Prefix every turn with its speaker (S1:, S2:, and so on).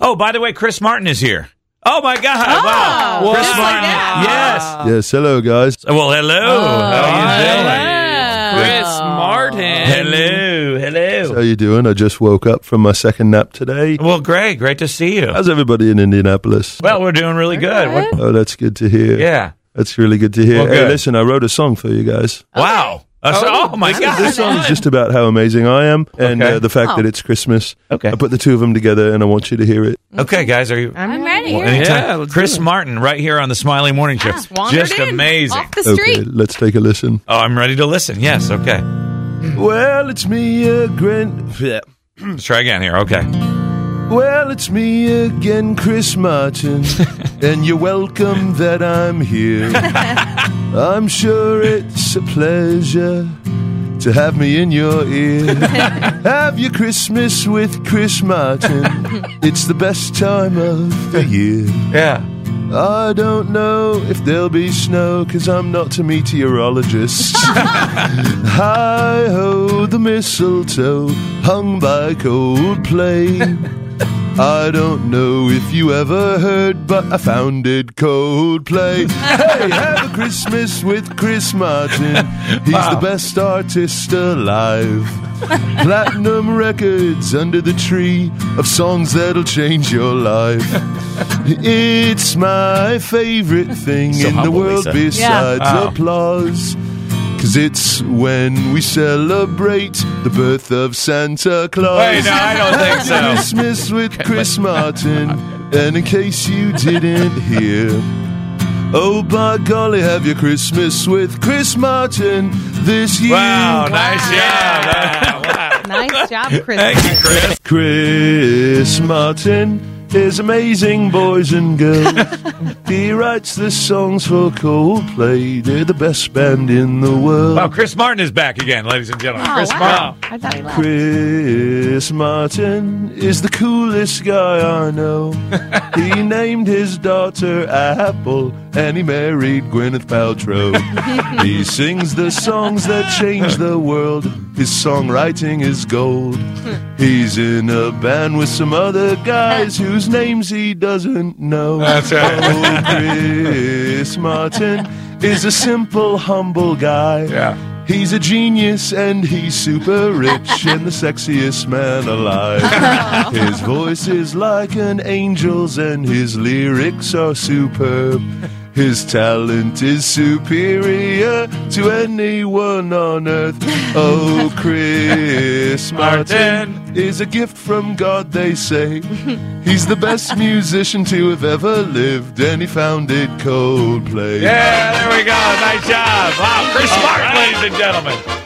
S1: Oh, by the way, Chris Martin is here. Oh my God! wow,
S2: Wow.
S1: Chris
S2: Just like
S1: Martin.
S2: that?
S1: yes.
S3: Yes, hello guys.
S1: Well, hello. How are you doing?
S2: Chris Martin.
S1: Hello,
S3: How
S1: hello.
S3: you doing? I just woke up from my second nap today.
S1: Well, great, great to see you.
S3: How's everybody in Indianapolis?
S1: Well, we're doing really good. We're-
S3: Oh, that's good to hear.
S1: yeah.
S3: That's really good to hear.
S1: Well,
S3: hey,
S1: good.
S3: listen, I wrote a song for you guys.
S1: Wow. Uh, so- oh, my God.
S3: This song is just about how amazing I am and
S1: Okay. Oh.
S3: uh, the fact that it's Christmas.
S1: Okay.
S3: I put the two of them together and I want you to hear it.
S1: okay, guys, are you?
S4: I'm ready.
S1: Anytime.
S2: Yeah, let's
S1: Chris
S2: do it.
S1: Martin right here on the Smiley Morning Show.
S4: Wandered
S1: Just
S4: in Oh.
S1: amazing.
S4: Off the
S3: Okay,
S4: street.
S3: let's take a listen.
S1: Oh, I'm ready to listen. Yes, okay.
S3: Well, it's me again.
S1: Let's try again here. Okay.
S3: Well, it's me again, Chris Martin, and you're welcome that I'm here. I'm sure it's a pleasure to have me in your ear. have your Christmas with Chris Martin. It's the best time of the year.
S1: Yeah.
S3: I don't know if there'll be snow, cause I'm not a meteorologist. Hi ho, the mistletoe hung by Coldplay. I don't know if you ever heard, but I founded Coldplay. hey, have a Christmas with Chris Martin. He's the best artist alive. Platinum records under the tree of songs that'll change your life. It's my favorite thing
S1: So
S3: in the
S1: humble,
S3: world
S1: Lisa.
S3: besides
S1: Wow.
S3: applause. Cause it's when we celebrate the birth of Santa Claus.
S1: Wait, no, I don't think
S3: Happy
S1: so.
S3: Christmas with Chris Martin. And in case you didn't hear, oh by golly, have your Christmas with Chris Martin this year.
S1: Wow, nice job.
S4: Nice job, Chris.
S1: Thank you, Chris.
S3: Chris Martin is amazing, boys and girls. he writes the songs for Coldplay. They're the best band in the world.
S1: Wow, Oh, Chris Martin is back again, ladies and gentlemen.
S4: Oh,
S1: Chris
S4: wow.
S1: Martin.
S4: I thought he left.
S3: Chris Martin is the coolest guy I know. he named his daughter Apple and he married Gwyneth Paltrow. he sings the songs that change the world. His songwriting is gold. He's in a band with some other guys whose names he doesn't know.
S1: That's right.
S3: Oh, Chris Martin is a simple, humble guy.
S1: Yeah.
S3: He's a genius and he's super rich and the sexiest man alive. His voice is like an angel's and his lyrics are superb. His talent is superior to anyone on earth. Oh, Chris Martin is a gift from God, they say. He's the best musician to have ever lived, and he founded Coldplay.
S1: Yeah, there we go. Nice job. Wow, Chris Martin, ladies and gentlemen.